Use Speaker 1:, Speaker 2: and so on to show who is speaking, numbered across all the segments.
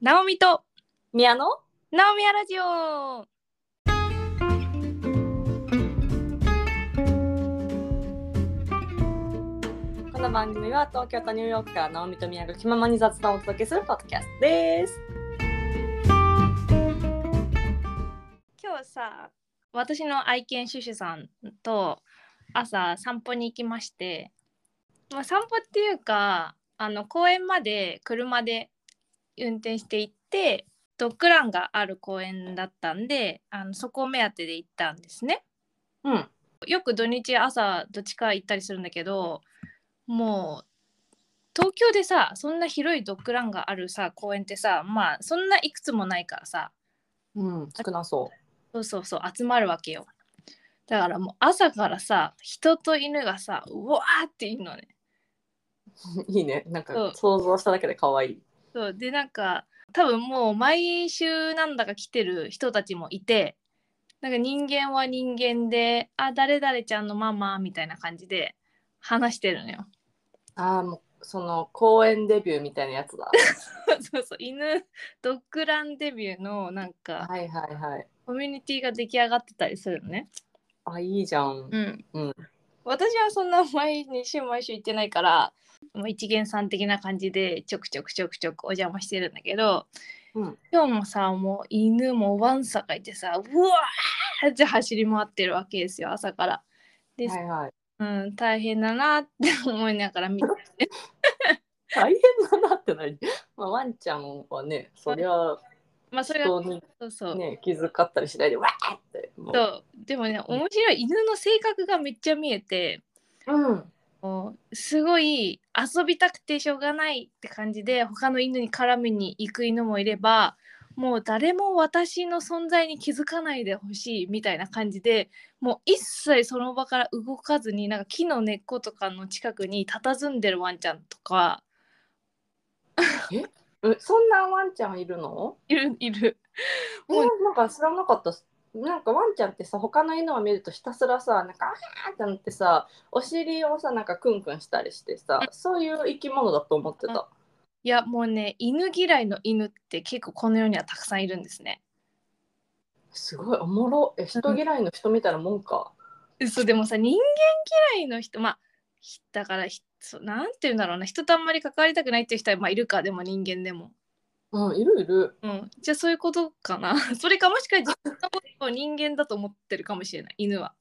Speaker 1: ナオミと
Speaker 2: 宮野
Speaker 1: ナオミアラジオ
Speaker 2: この番組は東京とニューヨークから直美と宮が気ままに雑談をお届けするポッドキャストです。
Speaker 1: 今日さ私の愛犬シュシュさんと朝散歩に行きまして、まあ、散歩っていうかあの公園まで車で運転して行ってドッグランがある公園だったんであのそこを目当てで行ったんですね。
Speaker 2: うん。
Speaker 1: よく土日朝どっちか行ったりするんだけどもう東京でさそんな広いドッグランがあるさ公園ってさまあそんないくつもないからさ
Speaker 2: うん。少なそ
Speaker 1: そうそうそう集まるわけよだからもう朝からさ人と犬がさうわーっていうのね
Speaker 2: う。いいね。なんか
Speaker 1: そう
Speaker 2: 想像しただけで可愛い。
Speaker 1: そうでなんか多分もう毎週なんだか来てる人たちもいてなんか人間は人間であ誰々ちゃんのママみたいな感じで話してるのよ
Speaker 2: ああ、もうその公園デビューみたいなや つだ。
Speaker 1: そうそう犬ドッグランデビューのなんか
Speaker 2: はいはいはい。
Speaker 1: コミュニティが出来上がってたりするのね
Speaker 2: あ、いいじゃん。
Speaker 1: うん
Speaker 2: うん
Speaker 1: 私はそんな毎週毎週行ってないからもう一元さん的な感じでちょくちょくちょくちょくお邪魔してるんだけど
Speaker 2: うん。
Speaker 1: 今日もさもう犬もわんさかいてさうわーって走り回ってるわけですよ朝から、です
Speaker 2: はいはい。
Speaker 1: うん、大変だなって思いながら見て
Speaker 2: 大変だなってない。 まあワンちゃんはね、そりゃ
Speaker 1: まあそれが
Speaker 2: 人に
Speaker 1: そうそう、
Speaker 2: ね気遣ったりしないでわーって。もう
Speaker 1: そうでもね面白い犬の性格がめっちゃ見えて
Speaker 2: うん。
Speaker 1: もうすごい遊びたくてしょうがないって感じで他の犬に絡みに行く犬もいればもう誰も私の存在に気づかないでほしいみたいな感じでもう一切その場から動かずになんか木の根っことかの近くに佇んでるワンちゃんとか
Speaker 2: えそんなワンちゃんいるの？
Speaker 1: いるいる
Speaker 2: えーなんか知らなかったなんかワンちゃんってさ他の犬を見るとひたすらさなんかあーってなってさお尻をさなんかクンクンしたりしてさそういう生き物だと思ってた、
Speaker 1: いやもうね犬嫌いの犬って結構この世にはたくさんいるんですね。
Speaker 2: すごいおもろえ人嫌いの人みたいなもんか、
Speaker 1: そうでもさ人間嫌いの人まあひだからひそうなんて言うんだろうな人とあんまり関わりたくないっていう人は、まあ、いるかでも人間でも、
Speaker 2: うん、いるいる
Speaker 1: うん、じゃあそういうことかな それかもしくは自分のことを人間だと思ってるかもしれない犬は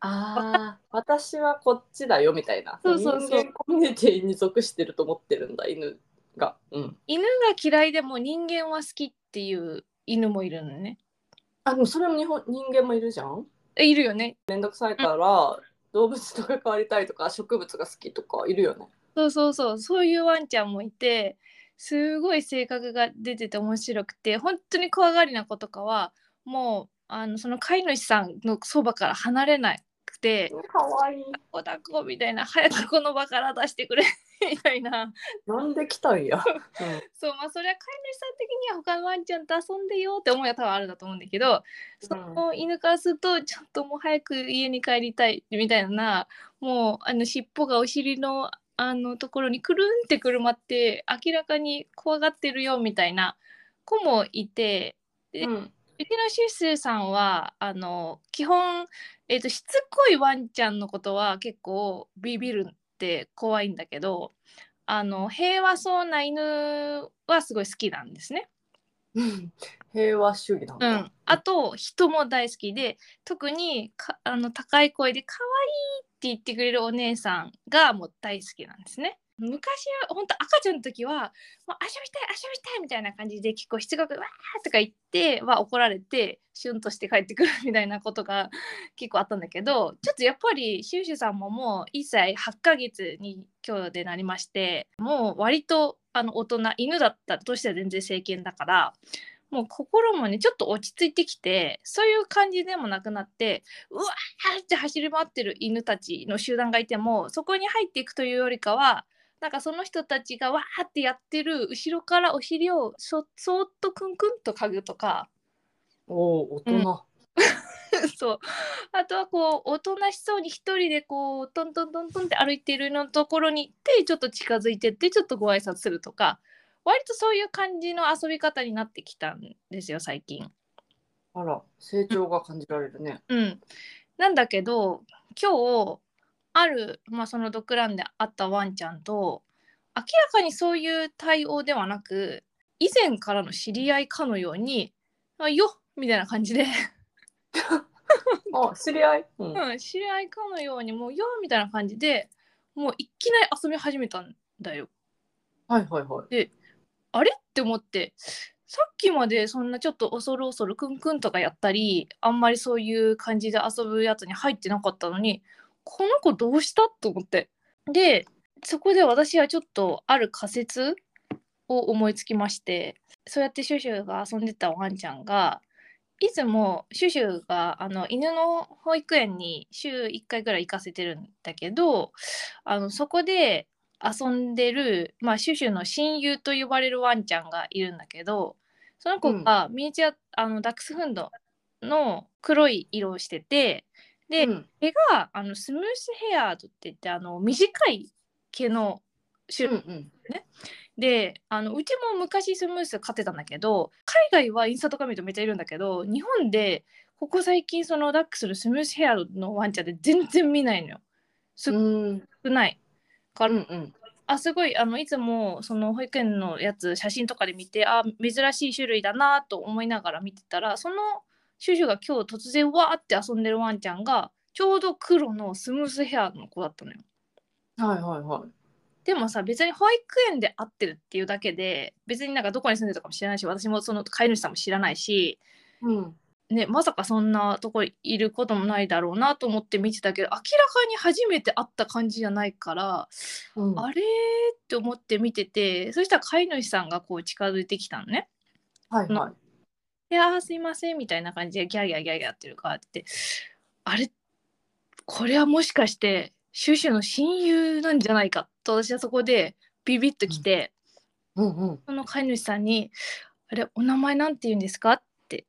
Speaker 2: あー私はこっちだよみたいな
Speaker 1: そうそうそう
Speaker 2: 人間コミュニティに属してると思ってるんだ犬がうん
Speaker 1: 犬が嫌いでも人間は好きっていう犬もいるのね
Speaker 2: あでもそれも日本人間もいるじゃん
Speaker 1: えいるよね
Speaker 2: めんどくさいから、動物と関わりたいとか植物が好きとかいるよね
Speaker 1: そうそうそうそういうワンちゃんもいてすごい性格が出てて面白くて本当に怖がりな子とかはもうあのその飼い主さんのそばから離れなくて、
Speaker 2: かわいい
Speaker 1: おだこみたいな早くこの場から出してくれみたいな
Speaker 2: なんで来た んや。
Speaker 1: そうまあそれは飼い主さん的には他のワンちゃんと遊んでよって思いは多分あるんだと思うんだけどその犬からするとちょっともう早く家に帰りたいみたいなもうあの尻尾がお尻のあのところにくるんってくるまって明らかに怖がってるよみたいな子もいて
Speaker 2: うん。うん
Speaker 1: うちのシスさんはあの基本、えー、としつこいワンちゃんのことは結構ビビるって怖いんだけどあの平和そうな犬はすごい好きなんですね。
Speaker 2: 平和主義なん
Speaker 1: う
Speaker 2: だ。
Speaker 1: ん、あと人も大好きで特にかあの高い声で「可愛いって言ってくれるお姉さんがもう大好きなんですね。昔は本当赤ちゃんの時は「もう遊びたい遊びたい」みたいな感じで結構しつこく「わー」とか言っては怒られてシュンとして帰ってくるみたいなことが結構あったんだけど ちょっとやっぱりシュウシュウさんももう1歳8ヶ月に今日でなりましてもう割とあの大人犬だったとしては全然成犬だからもう心もねちょっと落ち着いてきてそういう感じでもなくなってうわーって走り回ってる犬たちの集団がいてもそこに入っていくというよりかはなんかその人たちがわーってやってる後ろからお尻をそそーっとクンクンと嗅ぐとか
Speaker 2: おお、大人。
Speaker 1: そうあとはこうおとなしそうに一人でこうトントントントンって歩いてるのところに行ってちょっと近づいてってちょっとご挨拶するとか割とそういう感じの遊び方になってきたんですよ最近。
Speaker 2: あら成長が感じられるね。
Speaker 1: うん、なんだけど今日ある、まあ、そのドッグランで会ったワンちゃんと明らかにそういう対応ではなく以前からの知り合いかのように「あよっ!」みたいな感じで、
Speaker 2: あ知り合い、うん、
Speaker 1: うん、知り合いかのようにもう「よっ!」みたいな感じでもういきなり遊び始めたんだよ。
Speaker 2: はいはいはい。
Speaker 1: あれって思ってさっきまでそんなちょっと恐る恐るクンクンとかやったりあんまりそういう感じで遊ぶやつに入ってなかったのにこの子どうしたと思ってでそこで私はちょっとある仮説を思いつきましてそうやってシュシュが遊んでたワンちゃんがいつもシュシュがあの犬の保育園に週1回ぐらい行かせてるんだけどあのそこで遊んでる、まあ、シュシュの親友と呼ばれるワンちゃんがいるんだけどその子がミニチュア、あのダックスフンドの黒い色をしててで、
Speaker 2: うん
Speaker 1: 毛があのスムースヘアードって言ってあの短い毛の種
Speaker 2: うん
Speaker 1: 類
Speaker 2: うん。
Speaker 1: であのうちも昔スムース飼ってたんだけど海外はインスタとか見るとめっちゃいるんだけど日本でここ最近そのダックスのスムースヘアードのワンちゃんって全然見ないのよ
Speaker 2: う
Speaker 1: うん少ないから、
Speaker 2: うんうん。
Speaker 1: あすごいあのいつもその保育園のやつ写真とかで見てあ珍しい種類だなと思いながら見てたらそのシュシュが今日突然わーって遊んでるワンちゃんがちょうど黒のスムースヘアの子だったのよ。
Speaker 2: はいはいはい。
Speaker 1: でもさ別に保育園で会ってるっていうだけで別になんかどこに住んでるとかも知らないし私もその飼い主さんも知らないし、
Speaker 2: うん。
Speaker 1: ね、まさかそんなとこいることもないだろうなと思って見てたけど明らかに初めて会った感じじゃないから
Speaker 2: うん、は
Speaker 1: あれーって思って見ててそしたら飼い主さんがこう近づいてきたのね。
Speaker 2: いはい。
Speaker 1: で「あーすいません」みたいな感じでギャーギャーギャーギャーやってるからってあれこれはもしかしてシュシュの親友なんじゃないかと私はそこでビビッときて、
Speaker 2: うんうん。
Speaker 1: その飼い主さんに「あれお名前なんて言うんですか?」って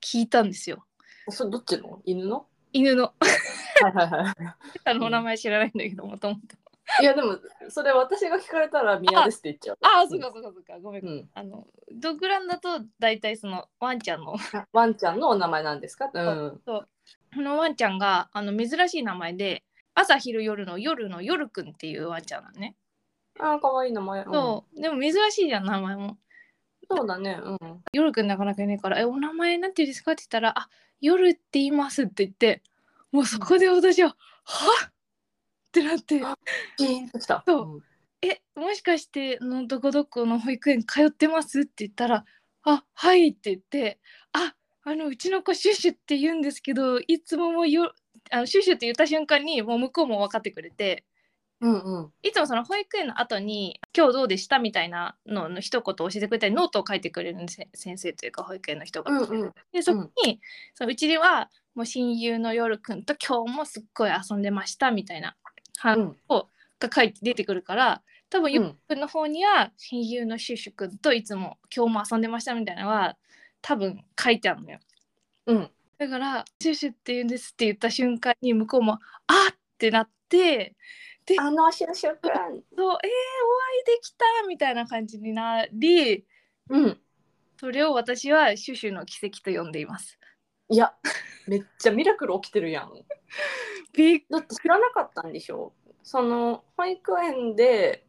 Speaker 1: 聞いたんですよ。
Speaker 2: それどっちの犬の
Speaker 1: 犬の
Speaker 2: はいはいはい。
Speaker 1: あのお名前知らないんだけどもともと。
Speaker 2: いやでもそれ私が聞かれたら宮ですって言っちゃう。
Speaker 1: ああそうかそうかそうかごめん。
Speaker 2: うん、
Speaker 1: あのドッグランだと大体そのワンちゃんの
Speaker 2: ワンちゃんのお名前なんですか？うん。
Speaker 1: このワンちゃんがあの珍しい名前で朝昼夜の夜の夜くんっていうワンちゃんなのね、
Speaker 2: あー可愛い名前。うん、
Speaker 1: そうでも珍しいじゃん名前も
Speaker 2: そうだね。うん。
Speaker 1: 夜くんなかなかいないから「えお名前なんて言うんですか?」って言ったら「あ夜って言います」って言ってもうそこで私は「はっ!」ってなって
Speaker 2: ピーンときた。
Speaker 1: そ「えもしかしてあのどこどこの保育園通ってます?」って言ったら「あはい」って言って「ああのうちの子シュシュって言うんですけどいつももうよあのシュシュって言った瞬間にもう向こうも分かってくれて。
Speaker 2: うん。うんうん。
Speaker 1: いつもその保育園の後に「今日どうでした?」みたいなのの一言を教えてくれたりノートを書いてくれるんです先生というか保育園の人が。
Speaker 2: うんうん。
Speaker 1: でそこに、そのうちではもう親友の夜くんと今日もすっごい遊んでましたみたいな
Speaker 2: う
Speaker 1: 話
Speaker 2: ん。
Speaker 1: が書いて出てくるから多分
Speaker 2: う
Speaker 1: 夜
Speaker 2: ん。
Speaker 1: くんの方には親友のシュシュくんといつも今日も遊んでましたみたいなのは多分書いてあるのよ。
Speaker 2: うん。
Speaker 1: だから「シュシュって言うんです」って言った瞬間に向こうも「あっ!」ってなって。
Speaker 2: あのシュシュくん。
Speaker 1: そうえー、お会いできたみたいな感じになり
Speaker 2: うん。
Speaker 1: それを私はシュシュの奇跡と呼んでいます。
Speaker 2: いやめっちゃミラクル起きてるやん。
Speaker 1: びっ
Speaker 2: だって知らなかったんでしょ。その保育園で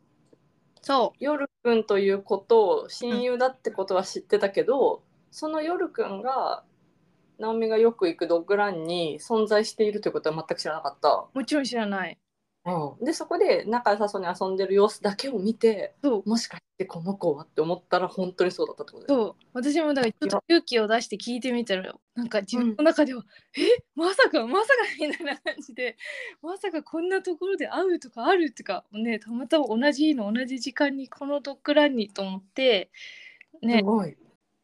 Speaker 1: そ
Speaker 2: 夜くんということを親友だってことは知ってたけど、その夜くんが直美がよく行くドッグランに存在しているということは全く知らなかっ
Speaker 1: うもちろん知らない。
Speaker 2: た、でそこで仲良さそうに遊んでる様子だけを見て
Speaker 1: そう
Speaker 2: もしかしてこの子はって思ったら本当にそうだったってことだよ
Speaker 1: そう私もだからちょっと勇気を出して聞いてみたらよなんか自分の中では「えまさかまさか」みたいな感じでまさかこんなところで会うとかあるとかねたまたま同じ日の同じ時間にこのドッグランにと思ってね
Speaker 2: すごい、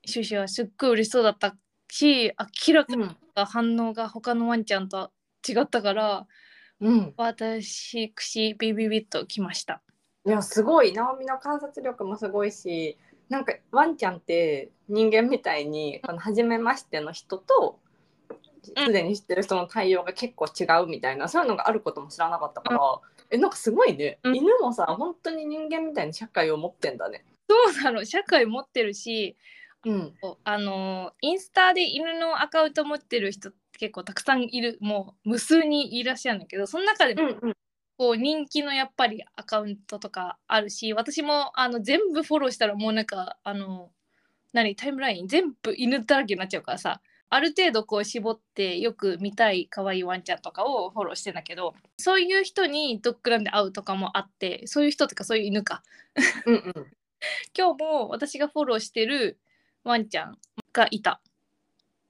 Speaker 1: シュシュはすっごい嬉しそうだったし明らかに
Speaker 2: うん
Speaker 1: 反応が他のワンちゃんとは違ったから
Speaker 2: うん、
Speaker 1: 私くしビビビッときました。
Speaker 2: いやすごい直美の観察力もすごいしなんかワンちゃんって人間みたいにこの初めましての人と
Speaker 1: うん
Speaker 2: すでに知ってる人の対応が結構違うみたいなそういうのがあることも知らなかったから、えなんかすごいね、
Speaker 1: うん
Speaker 2: 犬もさ本当に人間みたいに社会を持ってんだね。
Speaker 1: そうなの社会持ってるし
Speaker 2: うん。
Speaker 1: あのインスタで犬のアカウント持ってる人結構たくさんいるもう無数にいらっしゃるんだけどその中でも
Speaker 2: うんうん。
Speaker 1: こう人気のやっぱりアカウントとかあるし私もあの全部フォローしたらもうなんかあの何タイムライン全部犬だらけになっちゃうからさある程度こう絞ってよく見たい可愛いワンちゃんとかをフォローしてんだけどそういう人にドッグランで会うとかもあってそういう人とかそういう犬か
Speaker 2: うんうん。
Speaker 1: 今日も私がフォローしてるワンちゃんがいた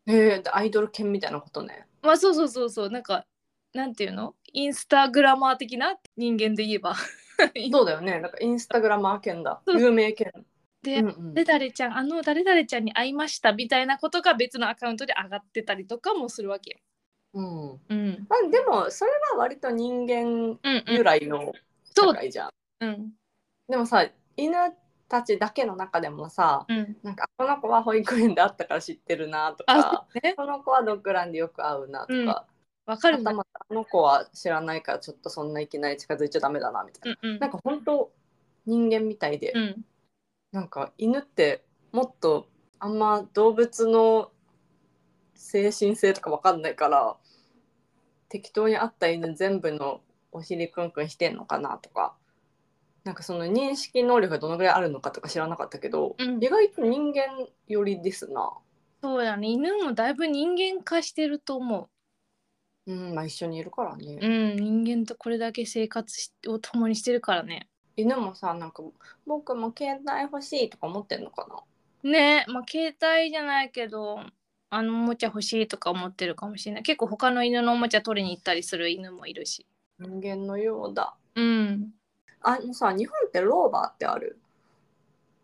Speaker 2: へえ、でアイドル犬みたいなことね。
Speaker 1: まあそうそうそうそうなんかなんていうのインスタグラマー的な人間で言えば
Speaker 2: そうだよね。なんかインスタグラマー犬だ。
Speaker 1: そう
Speaker 2: 有名犬。
Speaker 1: で、
Speaker 2: うんうん
Speaker 1: 誰々ちゃんあの誰々ちゃんに会いましたみたいなことが別のアカウントで上がってたりとかもするわけよ。
Speaker 2: うん。
Speaker 1: うん、
Speaker 2: まあでもそれは割と人間
Speaker 1: うん、う
Speaker 2: 由
Speaker 1: ん、
Speaker 2: 来の
Speaker 1: そ
Speaker 2: 社
Speaker 1: う、
Speaker 2: 会じゃん。
Speaker 1: うん、
Speaker 2: でもさ犬たちだけの中でもさ
Speaker 1: うん、
Speaker 2: なんかこの子は保育園で会ったから知ってるなと
Speaker 1: あ
Speaker 2: か、
Speaker 1: そうね、
Speaker 2: この子はドッグランでよく会うなとか、
Speaker 1: わかる
Speaker 2: また
Speaker 1: な。
Speaker 2: またあの子は知らないからちょっとそんないきなり近づいちゃダメだなみたいな。
Speaker 1: うん、うん
Speaker 2: なん、か本当人間みたいで、
Speaker 1: うん、
Speaker 2: なんか犬ってもっとあんま動物の精神性とかわかんないから適当に会った犬全部のお尻クンクンしてんのかなとかなんかその認識能力がどのぐらいあるのかとか知らなかったけど、
Speaker 1: うん
Speaker 2: 意外と人間寄りですな。
Speaker 1: そうだね。犬もだいぶ人間化してると思
Speaker 2: うんまあ、一緒にいるからね、
Speaker 1: う。うん、人間とこれだけ生活しを共にしてるからね。
Speaker 2: 犬もさなんか「僕も携帯欲しい」とか思ってんのかな
Speaker 1: ね、まあ携帯じゃないけど。あのおもちゃ欲しいとか思ってるかもしれない結構他の犬のおもちゃ取りに行ったりする犬もいるし
Speaker 2: 人間のようだ
Speaker 1: うん
Speaker 2: あのさ日本ってローバーってある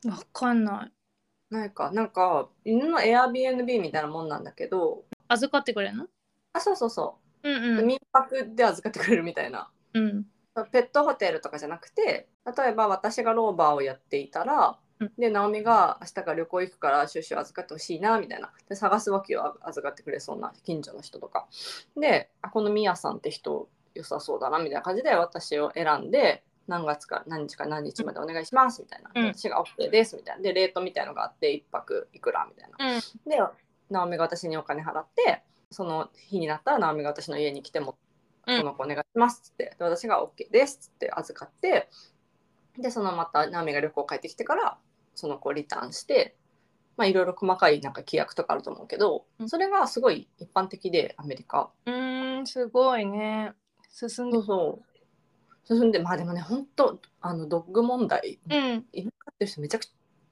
Speaker 1: わかんない
Speaker 2: ないかなんか犬の Airbnb みたいなもんなんだけど
Speaker 1: 預かってくれるの
Speaker 2: あそうそうそ
Speaker 1: うん
Speaker 2: う、
Speaker 1: うん
Speaker 2: 民泊で預かってくれるみたいな
Speaker 1: うん
Speaker 2: ペットホテルとかじゃなくて例えば私がローバーをやっていたら、
Speaker 1: うん
Speaker 2: で直美が明日から旅行行くからシュッシュ預かってほしいなみたいなで探すわけよあ預かってくれそうな近所の人とかであこのミヤさんって人良さそうだなみたいな感じで私を選んで何月から何日から何日までお願いしますみたいな、
Speaker 1: うん
Speaker 2: 私が OK ですみたいなでレートみたいのがあって1泊いくらみたいな
Speaker 1: うん
Speaker 2: で直美が私にお金払ってその日になったら直美が私の家に来ても「
Speaker 1: うん
Speaker 2: この子お願いします」っつってで私が「OK です」っつって預かってでそのまた直美が旅行帰ってきてからその子をリターンしてまあいろいろ細かいなんか規約とかあると思うけど
Speaker 1: うん
Speaker 2: それがすごい一般的でアメリカ。
Speaker 1: うーん、すごいね。進んで
Speaker 2: そう。そう進んでまあでもね本当あのドッグ問題
Speaker 1: うん、
Speaker 2: 犬飼ってる人めちゃく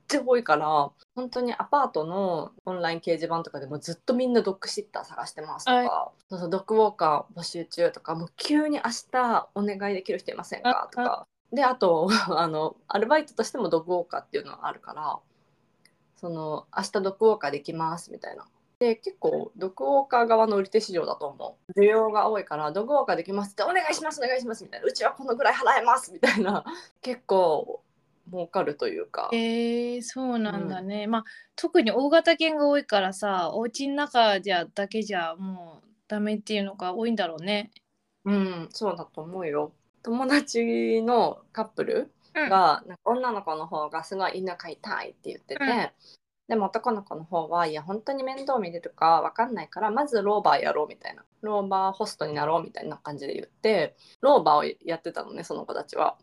Speaker 2: ちゃ多いから本当にアパートのオンライン掲示板とかでもずっとみんなドッグシッター探してますとか、そうそうドッグウォーカー募集中とかもう急に明日お願いできる人いませんかとかであと あのアルバイトとしてもドッグウォーカーっていうのがあるからその明日ドッグウォーカーできますみたいな。で結構ドッグウォーカー側の売り手市場だと思う需要が多いからドッグウォーカーできますってお願いしますお願いしますみたいなうちはこのぐらい払えますみたいな結構儲かるというか、
Speaker 1: えー、そうなんだね。まあ、特に大型犬が多いからさ、お家の中じゃだけじゃもうダメっていうのが多いんだろうね。
Speaker 2: うんそうだと思うよ友達のカップル
Speaker 1: うん
Speaker 2: が、なんか女の子の方がすごい犬飼いたいって言ってて、
Speaker 1: うん
Speaker 2: でも男の子の方はいや本当に面倒見れるかわかんないからまずローバーやろうみたいなローバーホストになろうみたいな感じで言ってローバーをやってたのねその子たちは。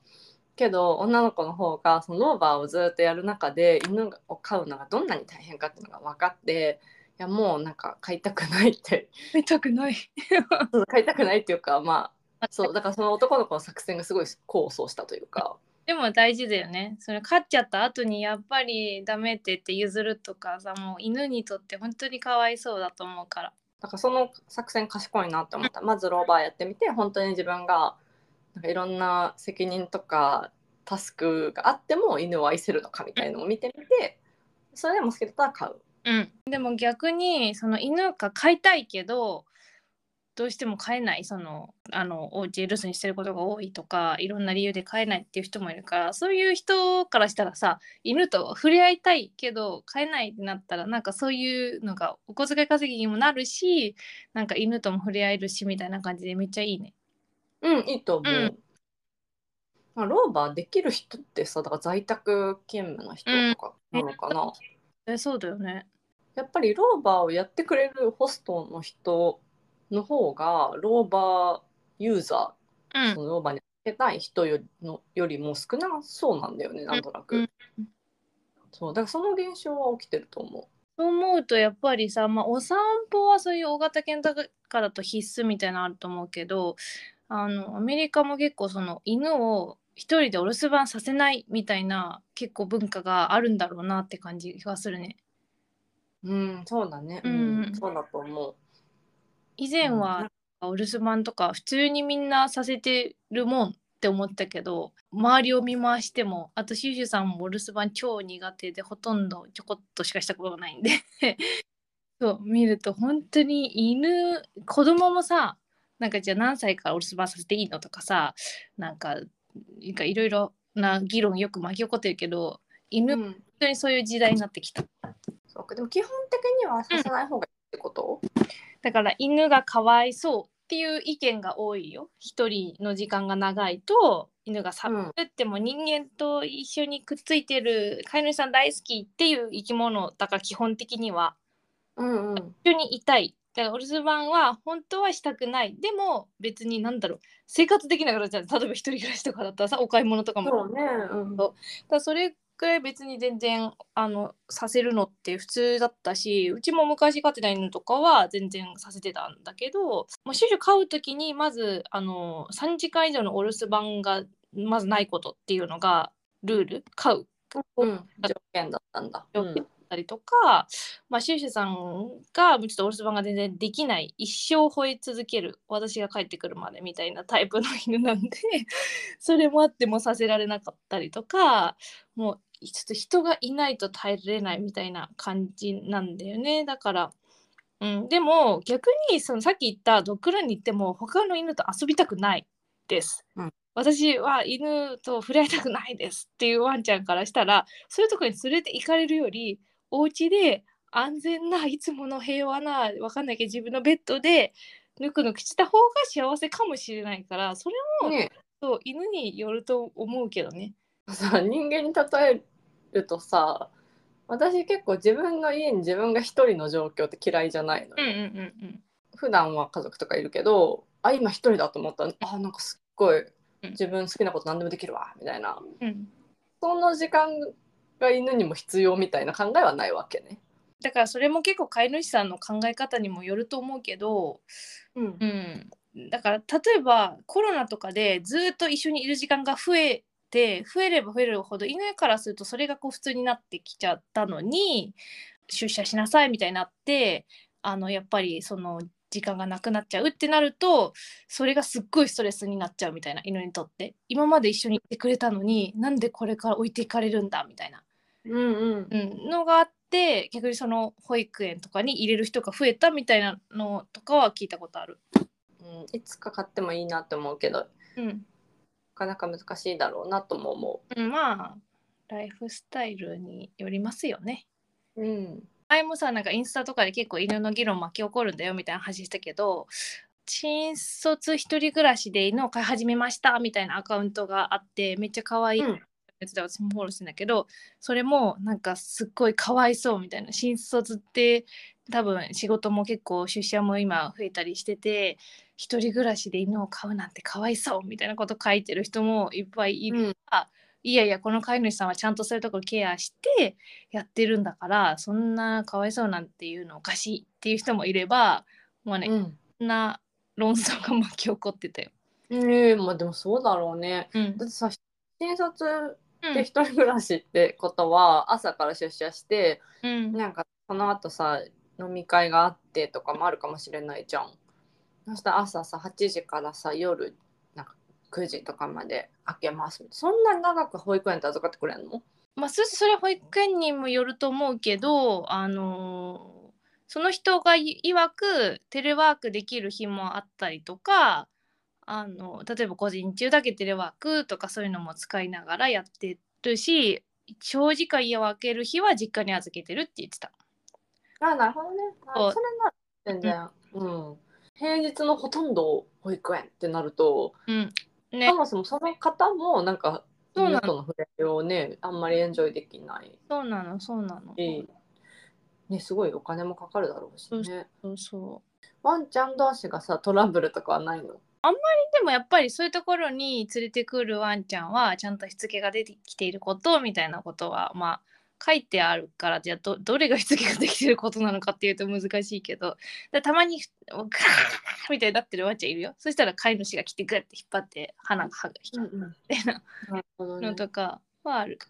Speaker 2: けど女の子の方がそのローバーをずっとやる中で犬を飼うのがどんなに大変かっていうのが分かっていやもうなんか飼いたくないって
Speaker 1: 見たく ない。
Speaker 2: そう買いたくないっていうかまあそう
Speaker 1: だ。
Speaker 2: だからその男の子の作戦がすごい功を奏したというか
Speaker 1: でも大事だよね。それ飼っちゃった後にやっぱりダメって言って譲るとかさ、もう犬にとって本当にかわいそうだと思うから。
Speaker 2: だからその作戦賢いなって思ったまずローバーやってみて本当に自分がなんかいろんな責任とかタスクがあっても犬を愛せるのかみたいのを見てみてそれでも好きだったら買う。
Speaker 1: うん、でも逆にその犬が飼いたいけどどうしても飼えないそのあのお家留守にしてることが多いとかいろんな理由で飼えないっていう人もいるからそういう人からしたらさ犬と触れ合いたいけど飼えないってなったらなんかそういうのがお小遣い稼ぎにもなるしなんか犬とも触れ合えるしみたいな感じでめっちゃいいね。
Speaker 2: うんいいと思う。
Speaker 1: うん
Speaker 2: まあ、老婆できる人ってさだから在宅勤務の人とかなのかな、
Speaker 1: えそうだよね。
Speaker 2: やっぱり老婆をやってくれるホストの人の方が老婆ユーザ
Speaker 1: う
Speaker 2: ーそ
Speaker 1: ん。
Speaker 2: の老婆にかけたい人よりのよりも少なそうなんだよねなんとなく、
Speaker 1: うんうん
Speaker 2: そうだからその現象は起きてると思う
Speaker 1: そう思うとやっぱりさ、まあ、お散歩はそういう大型犬だからだと必須みたいなのあると思うけどあのアメリカも結構その犬を一人でお留守番させないみたいな結構文化があるんだろうなって感じがするね。
Speaker 2: うん、そうだね。う
Speaker 1: うん
Speaker 2: ん、そうだと思う。
Speaker 1: 以前はお留守番とか普通にみんなさせてるもんって思ったけど周りを見回してもあとシュウシュさんもお留守番超苦手でほとんどちょこっとしかしたことがないんで そう見ると本当に犬子供もさなんかじゃあ何歳からお留守番させていいのとかさなんかなんかいろいろな議論よく巻き起こってるけど犬
Speaker 2: う
Speaker 1: 本
Speaker 2: ん、
Speaker 1: 当にそういう時代になってきた。
Speaker 2: そうか。でも基本的にはさせない方がいいってこと？
Speaker 1: だから犬がかわいそうっていう意見が多いよ。一人の時間が長いと犬が
Speaker 2: う
Speaker 1: 寒
Speaker 2: ん、
Speaker 1: くっても人間と一緒にくっついてる飼い主さん大好きっていう生き物だから基本的には
Speaker 2: うん、うん。
Speaker 1: 一緒にいたい。だからお留守番は本当はしたくない。でも別に何だろう生活できなくなっちゃう。例えば一人暮らしとかだったらさお買い物とかも。
Speaker 2: そうね。う
Speaker 1: そう
Speaker 2: ん。
Speaker 1: だからそれくらい別に全然あのさせるのって普通だったしうちも昔飼ってた犬とかは全然させてたんだけどもうシュシュ飼う時にまずあの3時間以上のお留守番がまずないことっていうのがルール飼う
Speaker 2: うん、条件だったんだ。
Speaker 1: 条件だったりとか、まあ、シュシュさんがちょっとお留守番が全然できない一生吠え続ける私が帰ってくるまでみたいなタイプの犬なんで それもあってもさせられなかったりとかもうちょっと人がいないと耐えられないみたいな感じなんだよねだから。うん、でも逆にそのさっき言ったドッグランに行っても他の犬と遊びたくないです、
Speaker 2: うん
Speaker 1: 私は犬と触れ合いたくないですっていうワンちゃんからしたらそういうとこに連れて行かれるよりお家で安全ないつもの平和なわかんないけど自分のベッドでぬくぬくした方が幸せかもしれないからそれ
Speaker 2: うん、ね。
Speaker 1: も犬によると思うけどね。
Speaker 2: さ人間に例えるとさ、私結構自分の家に自分が一人の状況って嫌いじゃないのよ。
Speaker 1: うん
Speaker 2: 普段は家族とかいるけどあ今一人だと思ったらあなんかすっごい自分好きなこと何でもできるわみたいな
Speaker 1: うんうん、
Speaker 2: その時間が犬にも必要みたいな考えはないわけね。
Speaker 1: だからそれも結構飼い主さんの考え方にもよると思うけど、
Speaker 2: うん
Speaker 1: うん、だから例えばコロナとかでずっと一緒にいる時間が増えて増えれば増えるほど犬からするとそれがこう普通になってきちゃったのに出社しなさいみたいになってあのやっぱりその時間がなくなっちゃうってなるとそれがすっごいストレスになっちゃうみたいな犬にとって今まで一緒にいてくれたのになんでこれから置いていかれるんだみたいな、
Speaker 2: うんうん
Speaker 1: うん、のがあって逆にその保育園とかに入れる人が増えたみたいなのとかは聞いたことある。
Speaker 2: うん、いつか買ってもいいなって思うけどな
Speaker 1: うん
Speaker 2: かなか難しいだろうなとも思
Speaker 1: うんまあライフスタイルによりますよね。
Speaker 2: う。うん、
Speaker 1: 前もさなんかインスタとかで結構犬の議論巻き起こるんだよみたいな話したけど新卒一人暮らしで犬を飼い始めましたみたいなアカウントがあってめっちゃ可愛い
Speaker 2: うん
Speaker 1: やつで私もフォローしてんだけどそれもなんかすっごいかわいそうみたいな新卒って多分仕事も結構出社も今増えたりしてて一人暮らしで犬を飼うなんてかわいそうみたいなこと書いてる人もいっぱいいる
Speaker 2: うん
Speaker 1: いやいやこの飼い主さんはちゃんとそういうところケアしてやってるんだからそんなかわいそうなんていうのおかしいっていう人もいればもうね、
Speaker 2: うん
Speaker 1: そんな論争が巻き起こってたよ。
Speaker 2: ええまあでもそうだろうね。
Speaker 1: うん
Speaker 2: だってさ新卒
Speaker 1: う
Speaker 2: で
Speaker 1: ん
Speaker 2: 一人暮らしってことは朝から出社して
Speaker 1: うん
Speaker 2: なんかその後さ飲み会があってとかもあるかもしれないじゃん。そしたら朝さ8時からさ夜なんか9時とかまで開けますそんなに長く保育園で預かってくれんの
Speaker 1: まあ、そそれは保育園にもよると思うけど、あのーその人がい曰くテレワークできる日もあったりとかあの例えば午前中だけテレワークとかそういうのも使いながらやってるし長時間家を空ける日は実家に預けてるって言ってた。
Speaker 2: あなるほどね。あ
Speaker 1: そう
Speaker 2: それなら全然、うん。平日のほとんどを保育園ってなると、
Speaker 1: うん、ね
Speaker 2: そもそもその方もなんか
Speaker 1: そうなの
Speaker 2: 犬との触れ合いをねあんまりエンジョイできない
Speaker 1: そうなのそうなの、
Speaker 2: し、ね、すごいお金もかかるだろうし
Speaker 1: そう
Speaker 2: ね
Speaker 1: そうそう
Speaker 2: ワンちゃん同士がさトラブルとかはないの
Speaker 1: でもやっぱりそういうところに連れてくるワンちゃんはちゃんとしつけが出てきていることみたいなことはまあ書いてあるからじゃあどどれがしつけができてることなのかっていうと難しいけどだたまにガーッ みたいになってるワンちゃんいるよそしたら飼い主が来てグッて引っ張って鼻がはぐ引っ張ってみたいな
Speaker 2: なるほどね
Speaker 1: のとかはある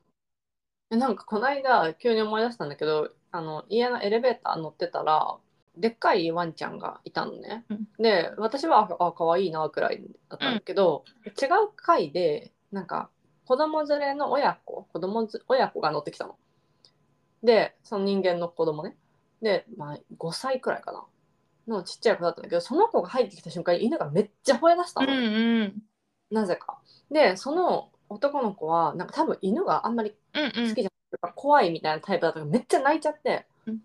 Speaker 2: えなんかこの間急に思い出したんだけどあの家のエレベーター乗ってたらでっかいワンちゃんがいたのね、
Speaker 1: うん
Speaker 2: で私はああ可愛いなくらいだったんだけど、違う回でなんか子供連れの親子子供ず親子が乗ってきたのでその人間の子供ねで、まあ、5歳くらいかなのちっちゃい子だったんだけどその子が入ってきた瞬間に犬がめっちゃ吠え出した
Speaker 1: う
Speaker 2: の、
Speaker 1: んうん
Speaker 2: なぜかでその男の子はなんか多分犬があんまり
Speaker 1: うんう
Speaker 2: 好
Speaker 1: ん
Speaker 2: きじゃなくて怖いみたいなタイプだったからめっちゃ泣いちゃって、
Speaker 1: うん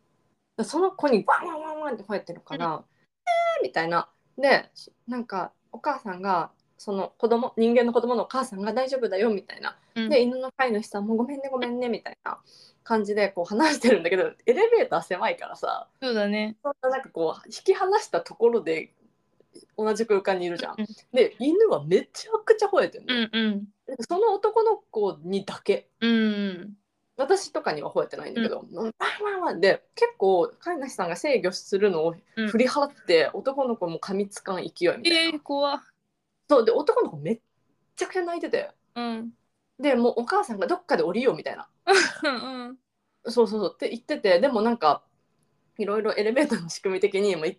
Speaker 2: でその子にワンワンワンワンって吠えてるから「えー」みたいなでしなんかお母さんがその子供人間の子供のお母さんが大丈夫だよみたいな
Speaker 1: うん
Speaker 2: で犬の飼い主さんも「ごめんねごめんね」みたいな感じでこう話してるんだけどエレベーター狭いからさ
Speaker 1: そうだね
Speaker 2: そんななんかこう引き離したところで同じ空間にいるじゃん
Speaker 1: うん。
Speaker 2: で犬はめちゃくちゃ吠えてる
Speaker 1: う
Speaker 2: の、
Speaker 1: んうん
Speaker 2: でその男の子にだけ。
Speaker 1: うん
Speaker 2: 私とかには吠えてないんだけど、うん、ワンワンワンで結構飼い主さんが制御するのを
Speaker 1: うん
Speaker 2: 振り払って、男の子も噛みつかん勢いみたいな、
Speaker 1: えー、怖
Speaker 2: そうで男の子めっちゃくちゃ泣いてて
Speaker 1: うん
Speaker 2: でもうお母さんがどっかで降りようみたいな
Speaker 1: うんうん
Speaker 2: そうそうそうって言っててでもなんかいろいろエレベーターの仕組み的にも 1,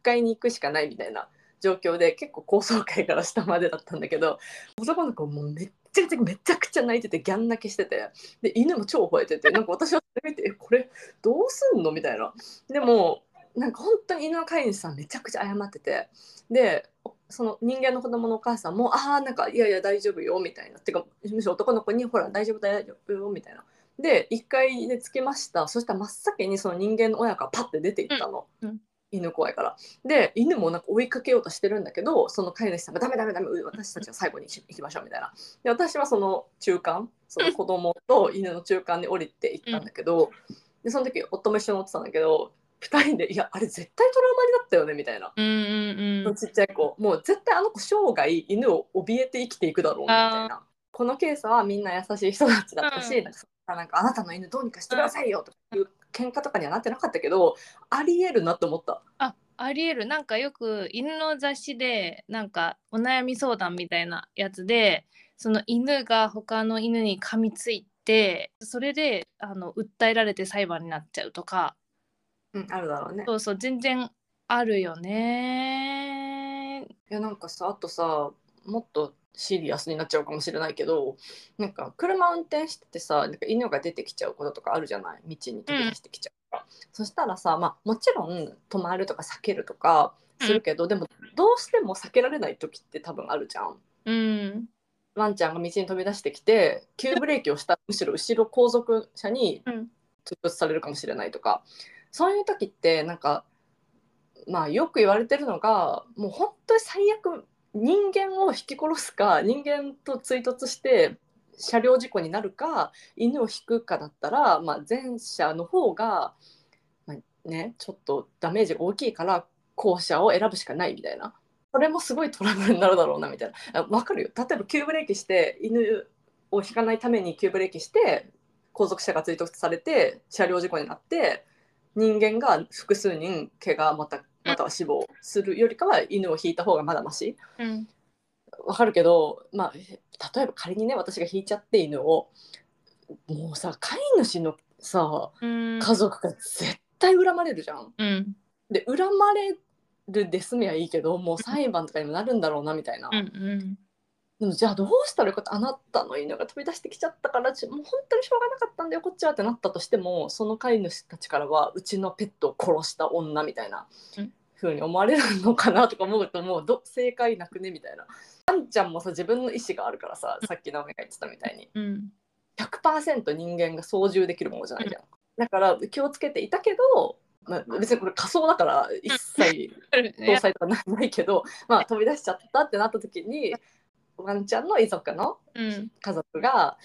Speaker 2: 階に行くしかないみたいな状況で結構高層階から下までだったんだけど男の子もうめっちゃくちゃめちゃくちゃ泣いててギャン泣きしててで犬も超吠えててなんか私はそれ見てえこれどうすんのみたいなでもなんか本当に犬の飼い主さんめちゃくちゃ謝っててでその人間の子供のお母さんも「ああんかいやいや大丈夫よ」みたいなてかむしろ男の子に「ほら大丈夫大丈夫よ」みたいなで1階で着きましたそしたら真っ先にその人間の親がパッて出ていったの、
Speaker 1: うんうん
Speaker 2: 犬怖いからで犬もなんか追いかけようとしてるんだけどその飼い主さんが「ダメダメダメう私たちは最後に行きましょう」みたいなで私はその中間その子供と犬の中間に降りていったんだけど、でその時夫も一緒に乗ってたんだけど2人で「いやあれ絶対トラウマになったよね」みたいな、
Speaker 1: うんうん
Speaker 2: そのちっちゃい子もう絶対あの子生涯犬を怯えて生きていくだろうみたいなこのケースはみんな優しい人たちだったし、
Speaker 1: うん
Speaker 2: なんかそんななんかあなたの犬どうにかしてくださいよとかいう喧嘩とかにはなってなかったけどありえるなと思った。
Speaker 1: あありえるなんかよく犬の雑誌でなんかお悩み相談みたいなやつでその犬が他の犬に噛みついてそれであの訴えられて裁判になっちゃうとか
Speaker 2: うん、あるだろうね。
Speaker 1: そうそう全然あるよね
Speaker 2: いやなんかさあとさもっとシリアスになっちゃうかもしれないけどなんか車運転しててさなんか犬が出てきちゃうこととかあるじゃない道に飛び出してきちゃうから、そしたらさ、まあ、もちろん止まるとか避けるとかするけど、でもどうしても避けられない時って多分あるじゃん。
Speaker 1: うん
Speaker 2: ワンちゃんが道に飛び出してきて急ブレーキをしたむしろ後ろ後続車に
Speaker 1: うん
Speaker 2: 突出されるかもしれないとかそういう時ってなんかまあよく言われてるのがもう本当に最悪人間を引き殺すか人間と追突して車両事故になるか犬を引くかだったら、まあ、前者の方が、まあね、ちょっとダメージが大きいから後者を選ぶしかないみたいなそれもすごいトラブルになるだろうなみたいなあわかるよ例えば急ブレーキして犬を引かないために急ブレーキして後続車が追突されて車両事故になって人間が複数人怪我またまたは死亡するよりかは犬を引いた方がまだまし
Speaker 1: うん
Speaker 2: わかるけど、まあ、例えば仮にね私が引いちゃって犬をもうさ飼い主のさ
Speaker 1: うん
Speaker 2: 家族が絶対恨まれるじゃん。
Speaker 1: うん
Speaker 2: で恨まれるで済みはいいけどもう裁判とかにもなるんだろうなみたいな。
Speaker 1: うんうん
Speaker 2: でもじゃあどうしたらよかったあなたの犬が飛び出してきちゃったからちもう本当にしょうがなかったんだよこっちはってなったとしてもその飼い主たちからはうちのペットを殺した女みたいな
Speaker 1: うん
Speaker 2: 風に思われるのかなとか思うともうど正解なくねみたいな。あんちゃんもさ自分の意思があるからささっき直美が言ってたみたいに
Speaker 1: うん
Speaker 2: 100%人間が操縦できるものじゃないじゃん。だから気をつけていたけど、まあ、別にこれ仮想だから一切
Speaker 1: い
Speaker 2: 搭
Speaker 1: や
Speaker 2: 載とかなないけど、まあ、飛び出しちゃったってなった時にワンちゃんの遺族の
Speaker 1: うん
Speaker 2: 家族が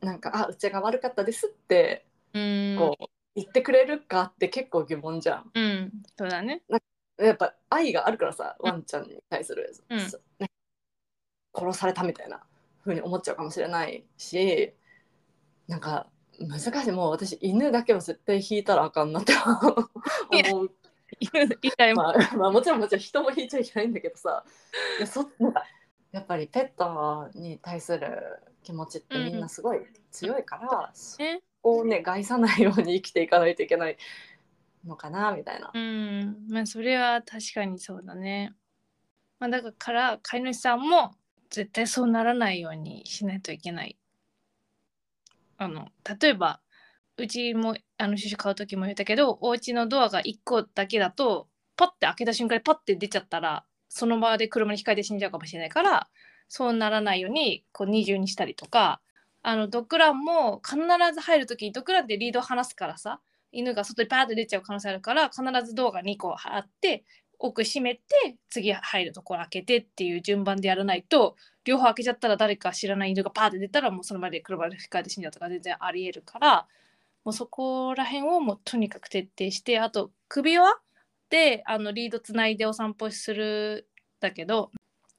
Speaker 2: なんか「あうちが悪かったです」って
Speaker 1: うん
Speaker 2: こう言ってくれるかって結構疑問じゃん。
Speaker 1: うんそうだね
Speaker 2: やっぱ愛があるからさ
Speaker 1: うん
Speaker 2: ワンちゃんに対する、
Speaker 1: うん
Speaker 2: そね殺されたみたいな風に思っちゃうかもしれないしなんか難しいもう私犬だけは絶対引いたらあかんなって 思う
Speaker 1: 以外も
Speaker 2: まあ、 まあもちろんもちろん人も引いちゃいけないんだけどさいやそなんかやっぱりペットに対する気持ちってみんなすごい強いから、そ
Speaker 1: ね
Speaker 2: こをね害さないように生きていかないといけないのかなみたいな。
Speaker 1: うんまあそれは確かにそうだねまあだから飼い主さんも絶対そうならないようにしないといけないあの例えばうちもあのシュシュ買う時も言ったけどお家のドアが1個だけだとパッて開けた瞬間にパッて出ちゃったらその場で車にひかれて死んじゃうかもしれないからそうならないようにこう二重にしたりとかあのドッグランも必ず入る時ドッグランってリード離すからさ犬が外にパーッて出ちゃう可能性あるから必ずドアが2個あって奥閉めて次入るところ開けてっていう順番でやらないと両方開けちゃったら誰か知らない犬がパーッて出たらもうその場で車で引かれて死んじゃうとか全然ありえるからもうそこら辺をもうとにかく徹底してあと首輪であのリードつないでお散歩するんだけど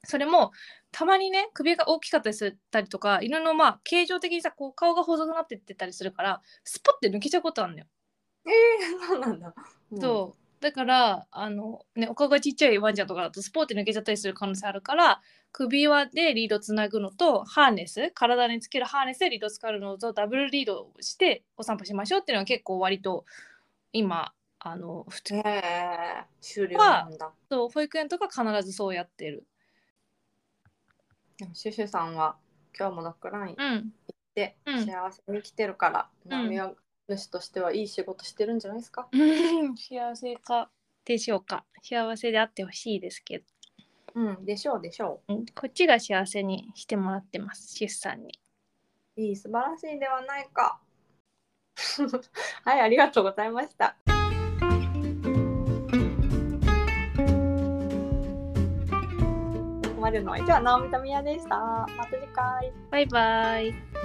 Speaker 1: それもたまにね首が大きかったりするたりとか犬のまあ形状的にさこう顔が細くなってってたりするからスポッて抜けちゃうことあるのよ。
Speaker 2: えー、そうなんだ。うん
Speaker 1: そうだからあの、ね、お顔がちっちゃいワンちゃんとかだとスポーって抜けちゃったりする可能性あるから首輪でリードつなぐのとハーネス体につけるハーネスでリード使うのとダブルリードをしてお散歩しましょうっていうのは結構割と今あの普通
Speaker 2: へえ終了なんだ。
Speaker 1: と保育園とか必ずそうやってる。
Speaker 2: でもシュシュさんは今日もドッグライン行っ
Speaker 1: うん、
Speaker 2: て
Speaker 1: うん
Speaker 2: 幸せに来てるから、
Speaker 1: ん
Speaker 2: ナミは主としてはいい仕事してるんじゃないですか。
Speaker 1: 幸せかでしょうか幸せであってほしいですけど、
Speaker 2: うん、でしょうでしょ
Speaker 1: うんこっちが幸せにしてもらってます出産に。
Speaker 2: う。いい素晴らしいではないか。 はい、ありがとうございました。ここまでのお相手はナオミとミヤでした。また次回。
Speaker 1: バイバイ